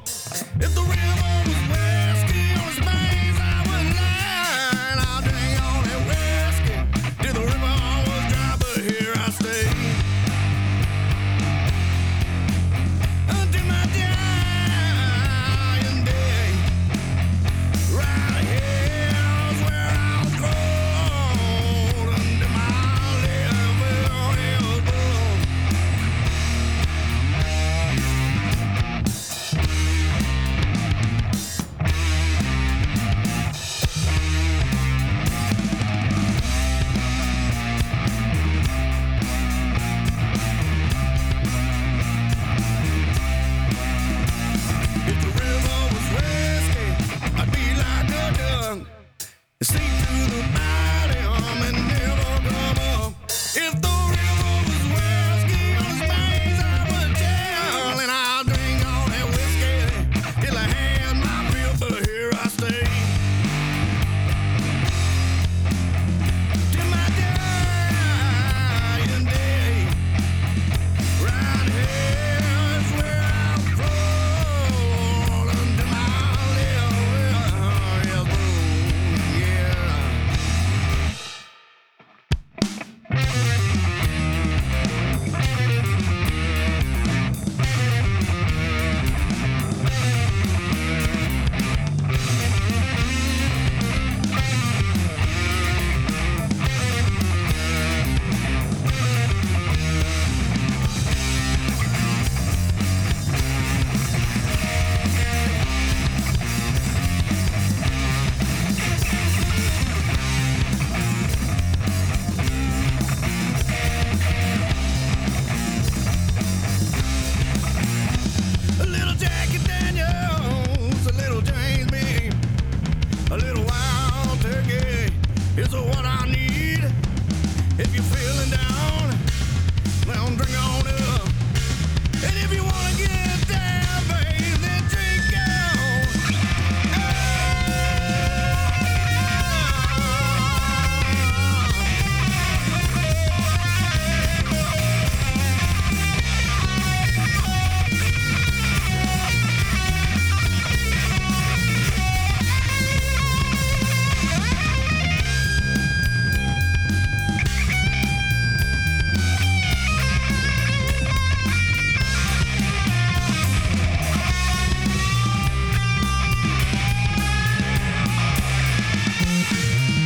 D: If the river was whiskey or was maize, I would lie. I'll drink all that whiskey till the river was dry, but here I stay. Until my dying day. Right here's where I'll grow until my liver is blue.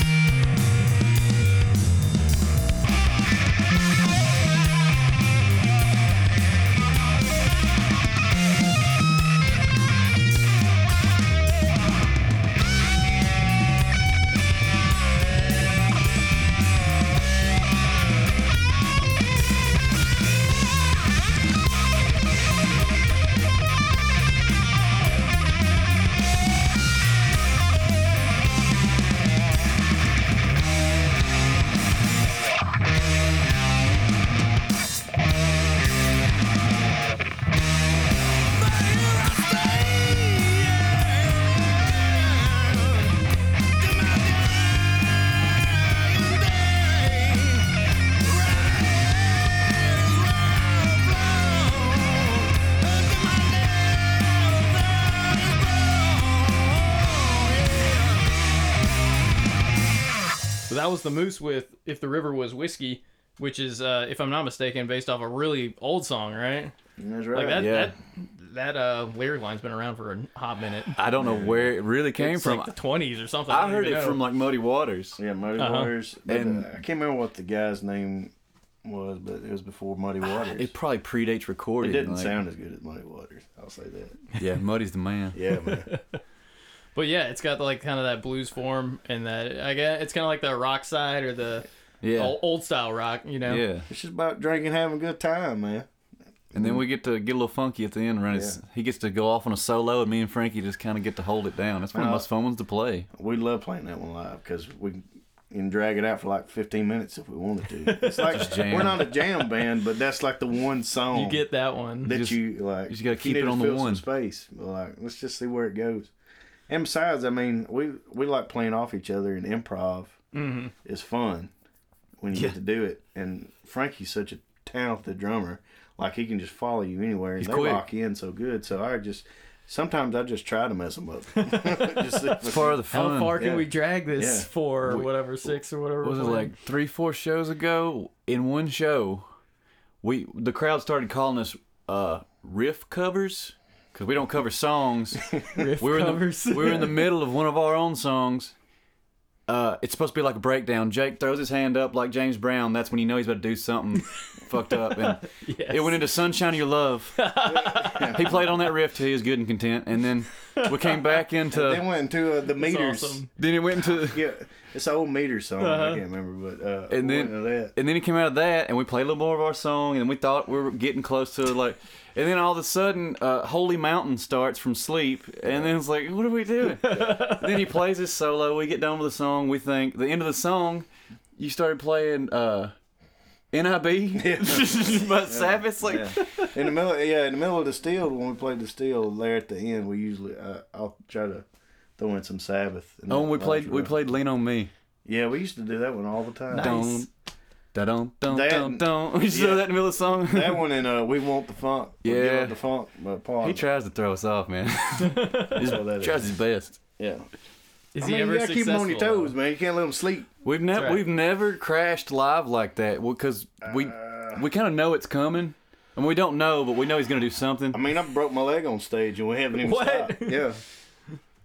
D: Oh,
A: So that was the Moose with "If the River Was Whiskey," which is, uh, if I'm not mistaken, based off a really old song, right?
B: That's right.
A: Like that,
C: Yeah.
A: that, that uh, lyric line's been around for a hot minute.
C: I don't know where it really came
A: It's
C: from.
A: like the 20s or something.
C: I
A: don't
C: heard
A: even
C: it
A: know.
C: from like Muddy Waters.
B: yeah, Muddy
A: Uh-huh.
B: Waters. But,
C: And-
B: uh, I can't remember what the guy's name was, but it was before Muddy Waters.
C: Ah, It probably predates recording.
B: It didn't
C: like-
B: sound as good as Muddy Waters. I'll say that.
C: Yeah, Muddy's the man.
B: Yeah, man.
A: But yeah, it's got like kind of that blues form and that I guess it's kind of like the rock side or the
C: Yeah,
A: old, old style rock, you know.
C: yeah.
B: it's just about drinking, having a good time, man.
C: And then we get to get a little funky at the end. Run his, he gets to go off on a solo, and me and Frankie just kind of get to hold it down. That's one of the
B: Uh,
C: most fun ones to play.
B: We love playing that one live because we can drag it out for like 15 minutes if we wanted to. It's like
C: jam.
B: we're not a jam band, but that's like the one song
A: You get that one.
B: that
C: just-
B: you like.
C: just gotta
B: if
C: keep
B: need
C: it
B: to
C: on the
B: fill some
C: one.
B: space. Like, let's just see where it goes. And besides, I mean, we we like playing off each other, and improv is fun when you
C: Mm-hmm. Yeah.
B: get to do it. And Frankie's such a talented drummer; like he can just follow you anywhere, and
C: He's
B: they
C: quick.
B: lock in so good. So I just sometimes I just try to mess them up. Just see
C: It's
B: if-
C: part of the
A: How
C: fun.
A: far can
B: yeah.
A: we drag this
B: Yeah.
A: for or whatever six or whatever?
C: was it
A: we're playing?
C: like three, four shows ago? In one show, we the crowd started calling us uh, riff covers because we don't cover songs.
A: riff
C: we were
A: covers?
C: in the we were in the middle of one of our own songs. Uh, it's supposed to be like a breakdown. Jake throws his hand up like James Brown. That's when you know he's about to do something fucked up. And it went into "Sunshine of Your Love." he played on that riff till he was good and content, and then we came back
B: They
C: into.
B: went into uh, the meters.
A: awesome.
C: Then it went into.
B: Yeah, it's an old meter song. I can't remember, but uh,
C: Uh-huh. And
B: we
C: then-
B: went into that.
C: and then he came out of that, and we played a little more of our song, and we thought we were getting close to like, and then all of a sudden, uh, "Holy Mountain" starts from "Sleep," and then it's like, what are we doing? then he plays his solo. We get done with the song. We think the end of the song, you started playing uh, "Nib" by Sabbath. Like,
B: in the middle, yeah, in the middle of the steel when we played the steel there at the end, we usually uh, I'll try to throw in some Sabbath. and
C: oh, and we
B: that
C: played
B: last
C: we
B: row.
C: played "Lean on Me."
B: Yeah, we used to do that one all the time.
A: Nice.
C: Dun, dun, dun,
B: That-
C: dun, dun. We just throw
B: yeah.
C: that in the middle of the song.
B: That one and uh, we want the funk. We Give
C: Yeah.
B: Up the funk, but Paul.
C: he tries to throw us off, man.
B: that's what that
C: he
B: is.
C: tries his best.
B: Yeah,
A: Is
B: I
A: he
B: mean,
A: ever
B: you gotta keep him on your
A: successful, though?
B: toes, man. You can't let him sleep.
C: We've never
A: right.
C: we've never crashed live like that because we
B: Uh.
C: we kind of know it's coming, and we don't know, but we know he's gonna do something.
B: I mean, I broke my leg on stage and we haven't even
A: What?
B: stopped. Yeah,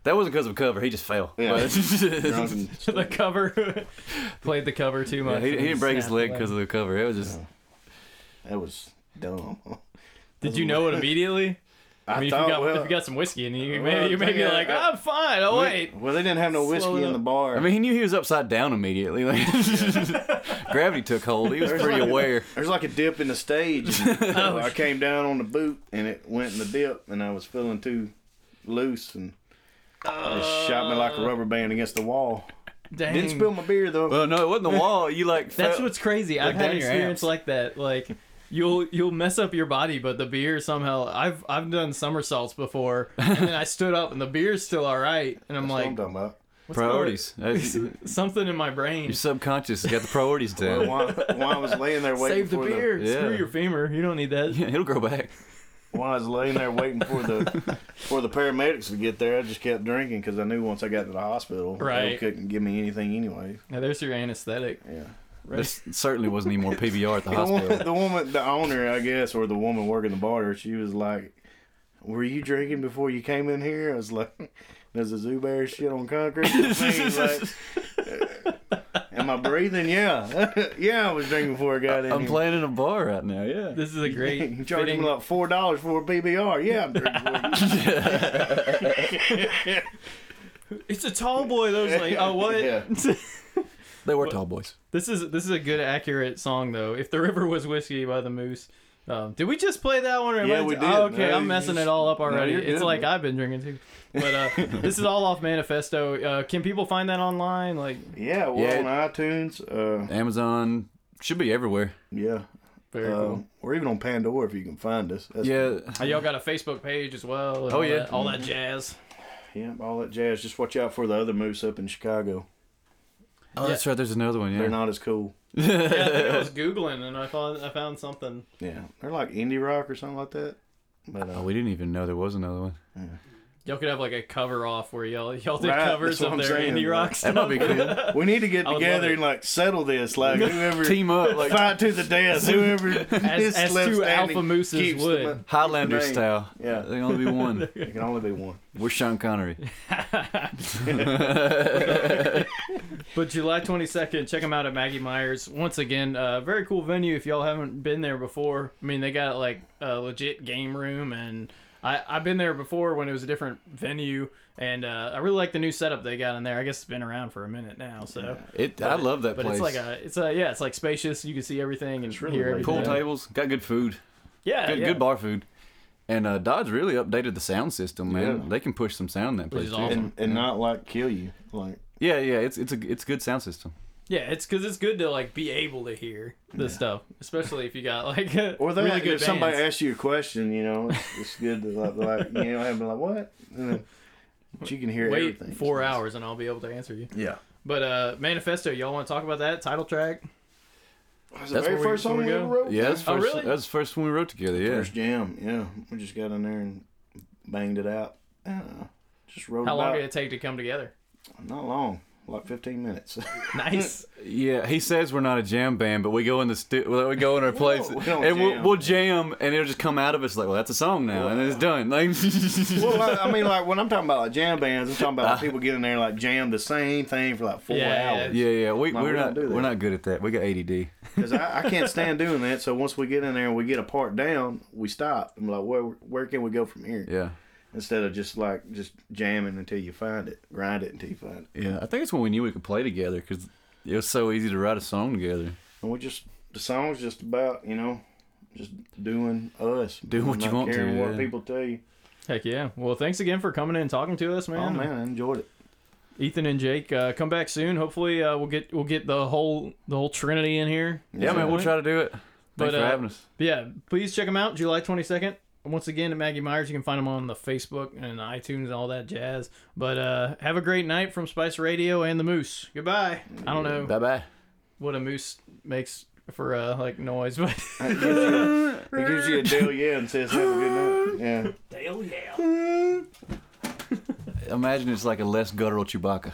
C: That wasn't because of cover; he just fell.
B: Yeah.
C: But-
B: drunk and
A: the cover played the cover too
C: Yeah,
A: much.
C: he, he didn't break his
A: Snap
C: leg because of the cover. It was just
B: that was dumb.
A: Did you know it immediately? I, mean, if, you got, if you got some whiskey and you, maybe you may be
B: yeah,
A: like,
B: I-
A: I'm fine. Oh wait,
B: Well, they didn't have no
A: Slow
B: whiskey
A: it
B: in the
A: up.
B: bar.
C: I mean, he knew he was upside down immediately. Like, gravity took hold. He was
B: There's
C: pretty
B: like-
C: aware.
B: There's like a dip in the stage. And
A: Oh.
B: I came down on the boot and it went in the dip, and I was feeling too loose and it shot me like a rubber band against the wall.
A: Uh. dang.
B: Didn't spill my beer though.
C: Well, no, it wasn't the wall. You like
A: That's
C: fell-
A: what's crazy. I've
C: down
A: had
C: your
A: experience
C: ass.
A: like that. Like you'll you'll mess up your body, but the beer somehow. I've I've done somersaults before, and then I stood up and the beer's still all right, and I'm
B: That's what I'm
A: like
B: talking about.
A: "What's going on?"
C: priorities. That's- your
A: Something in my brain.
C: subconscious has got the priorities down.
B: While, while I was laying there waiting
A: Save the
B: for
A: beer.
C: Yeah.
A: Screw your femur. You don't need that.
C: Yeah, it'll grow back.
B: while I was laying there waiting for the for the paramedics to get there, I just kept drinking because I knew once I got to the hospital, they
A: Right.
B: couldn't give me anything anyway.
A: Now there's your anesthetic.
B: Yeah.
C: There certainly wasn't any more PBR at the
B: The
C: hospital.
B: woman, the woman, the owner, I guess, or the woman working the bar, she was like, "Were you drinking before you came in here?" I was like, "Does a zoo bear shit on concrete?" She's like, uh, Am I breathing? Yeah, yeah, I was drinking before I got in.
C: I'm
B: here.
C: playing in a bar right now. Yeah.
A: This is a great.
B: You charged me
A: fitting-
B: like four dollars for a PBR. Yeah, I'm drinking. For it.
A: It's a tall boy. That was like, oh what?
B: Yeah.
C: They were tall boys.
A: This is this is a good accurate song though. If the river was whiskey by the Moose. Um, did we just play that one? Or am
B: Yeah,
A: I-
B: we did.
A: Oh, okay,
B: No,
A: I'm
B: you
A: messing
B: just-
A: it all up
B: no,
A: already.
B: you're
A: it's
B: good,
A: like
B: man.
A: I've been drinking too. But uh, this is all off Manifesto. Uh, can people find that online? Like,
B: yeah, we're
C: Yeah.
B: on iTunes. Uh,
C: Amazon should be everywhere.
B: yeah,
A: very
B: uh,
A: cool.
B: or even on Pandora if you can find us. That's,
C: Yeah.
A: Uh, y'all got a Facebook page as well. and
C: Oh,
A: all
C: yeah.
A: that- all that jazz.
B: yeah, all that jazz. Just watch out for the other moose up in Chicago.
C: Oh, that's right. There's another one. Yeah.
B: They're not as cool.
A: Yeah, I, think I was googling and I found I found something.
B: Yeah, they're like indie rock or something like that. But uh,
C: oh, we didn't even know there was another one.
A: Y'all could have like a cover off where y'all y'all did
B: Right,
A: covers
B: that's
A: of
B: what I'm
A: their
B: saying,
A: indie
B: like,
A: rock
C: That
A: stuff.
C: might be cool.
B: We need to get
A: I would love
B: together
A: it.
B: and like settle this. Like whoever
C: Team up like
B: fight to the death. Whoever is
A: as
B: left
A: two
B: standing
A: alpha mooses
B: keeps the
A: would.
B: mon-
C: Highlander
B: Right.
C: style.
B: Yeah.
C: They only be one.
B: It can only be one.
C: We're Sean Connery.
A: But July 22nd, check them out at Maggie Myers. Once again, uh, very cool venue if y'all haven't been there before. I mean, they got like a legit game room, and I, I've been there before when it was a different venue, and uh, I really like the new setup they got in there. I guess it's been around for a minute now, so.
C: It. I love that
A: But
C: place.
A: it's like a, it's a, yeah, it's like spacious. You can see everything and
B: really
A: hear
B: laid
A: everything.
C: pool tables. Got good food.
A: Yeah,
C: Good,
A: yeah.
C: good bar food. And uh, Dodge really updated the sound system, man.
B: Yeah.
C: They can push some sound in that place.
A: is
C: too.
A: awesome.
B: And and not like kill you. Like
C: Yeah, yeah. It's it's a it's a good sound system.
A: Yeah, it's because it's good to like be able to hear this stuff, especially if you got like
B: or they
A: really
B: like,
A: good
B: if somebody
A: bands.
B: asks you a question, you know, it's, it's good to like, like you know, have been like what? And then, but you can hear
A: Wait
B: everything.
A: four hours and I'll be able to answer you.
B: Yeah.
A: But uh Manifesto, y'all want to talk about that title track?
B: That's the
C: That's
B: very
A: where we-
B: first
A: where
B: song
A: we
B: we
A: go?
B: ever wrote.
C: Yeah, that's
A: Oh,
C: first.
A: really?
C: That's the first one we wrote together. Yeah.
B: First jam, yeah. We just got in there and banged it out. I don't know. Just wrote
A: How long
B: about
A: did it take to come together?
B: not long, like fifteen minutes.
A: Nice.
C: Yeah, he says we're not a jam band, but we go in the stu- well, we go in our place
B: don't- we don't
C: and we'll,
B: jam.
C: we'll jam, and it'll just come out of us like, well, that's a song now, and it's done. Like,
B: well, I, I mean, like when I'm talking about like jam bands, I'm talking about like, people getting there and, like jam the same thing for like four
A: Yeah, yeah.
B: hours.
C: Uh. yeah, yeah, we,
B: No,
C: we're
B: we don't
C: not
B: do that.
C: we're not good at that. We got ADD.
B: Because I, I can't stand doing that. So once we get in there and we get a part down, we stop. I'm like, where where can we go from here?
C: Yeah,
B: Instead of just like just jamming until you find it, grind it until you find it,
C: yeah. I think it's when we knew we could play together because it was so easy to write a song together.
B: and we just the song's just about you know just doing us,
C: Doing what you
B: not
C: want to,
B: caring what
C: yeah.
B: people tell you.
A: Heck yeah. Well, thanks again for coming in and talking to us, man.
B: Oh man, I enjoyed it.
A: Ethan and Jake, uh, come back soon. Hopefully, uh, we'll get we'll get the whole the whole trinity in here.
C: Yeah, man, we'll try to do it. Thanks
A: But,
C: for
A: uh,
C: having us.
A: But yeah, please check them out. July 22nd. Once again, at Maggie Myers, you can find them on the Facebook and iTunes and all that jazz. But uh, have a great night from Spice Radio and the Moose. Goodbye. I don't know
C: Bye bye.
A: what a moose makes for uh, like noise, but
B: It gives you a deal, yeah, and says have a good night. Yeah.
A: hell yeah.
C: Imagine it's like a less guttural Chewbacca.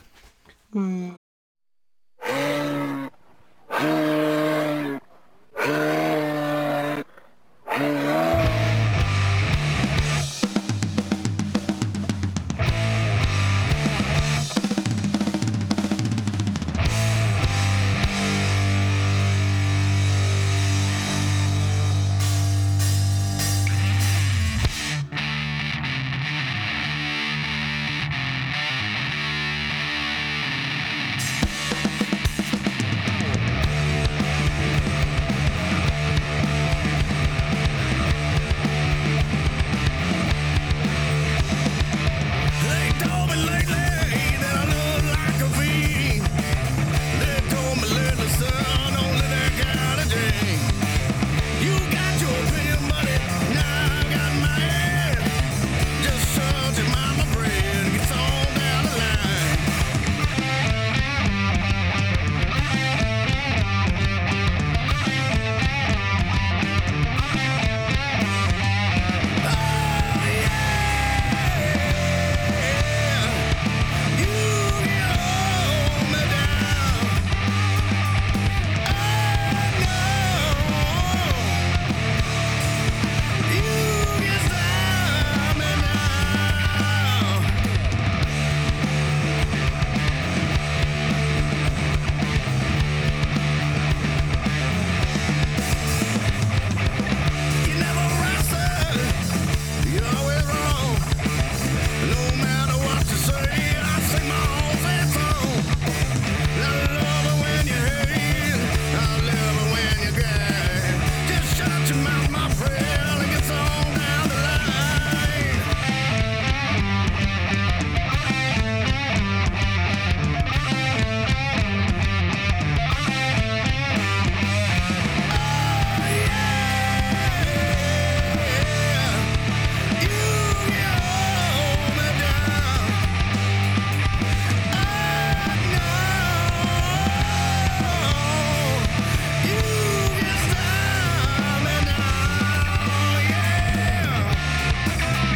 D: Thank Oh,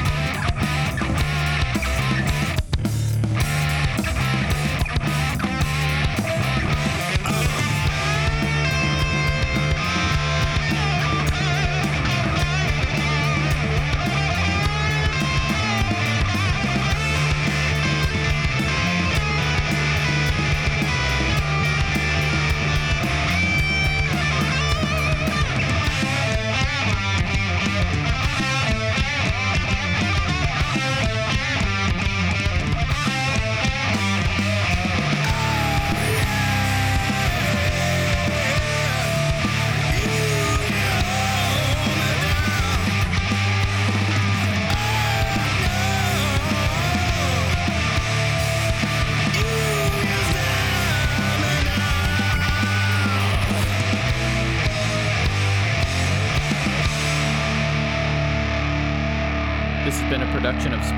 D: Oh,
A: production of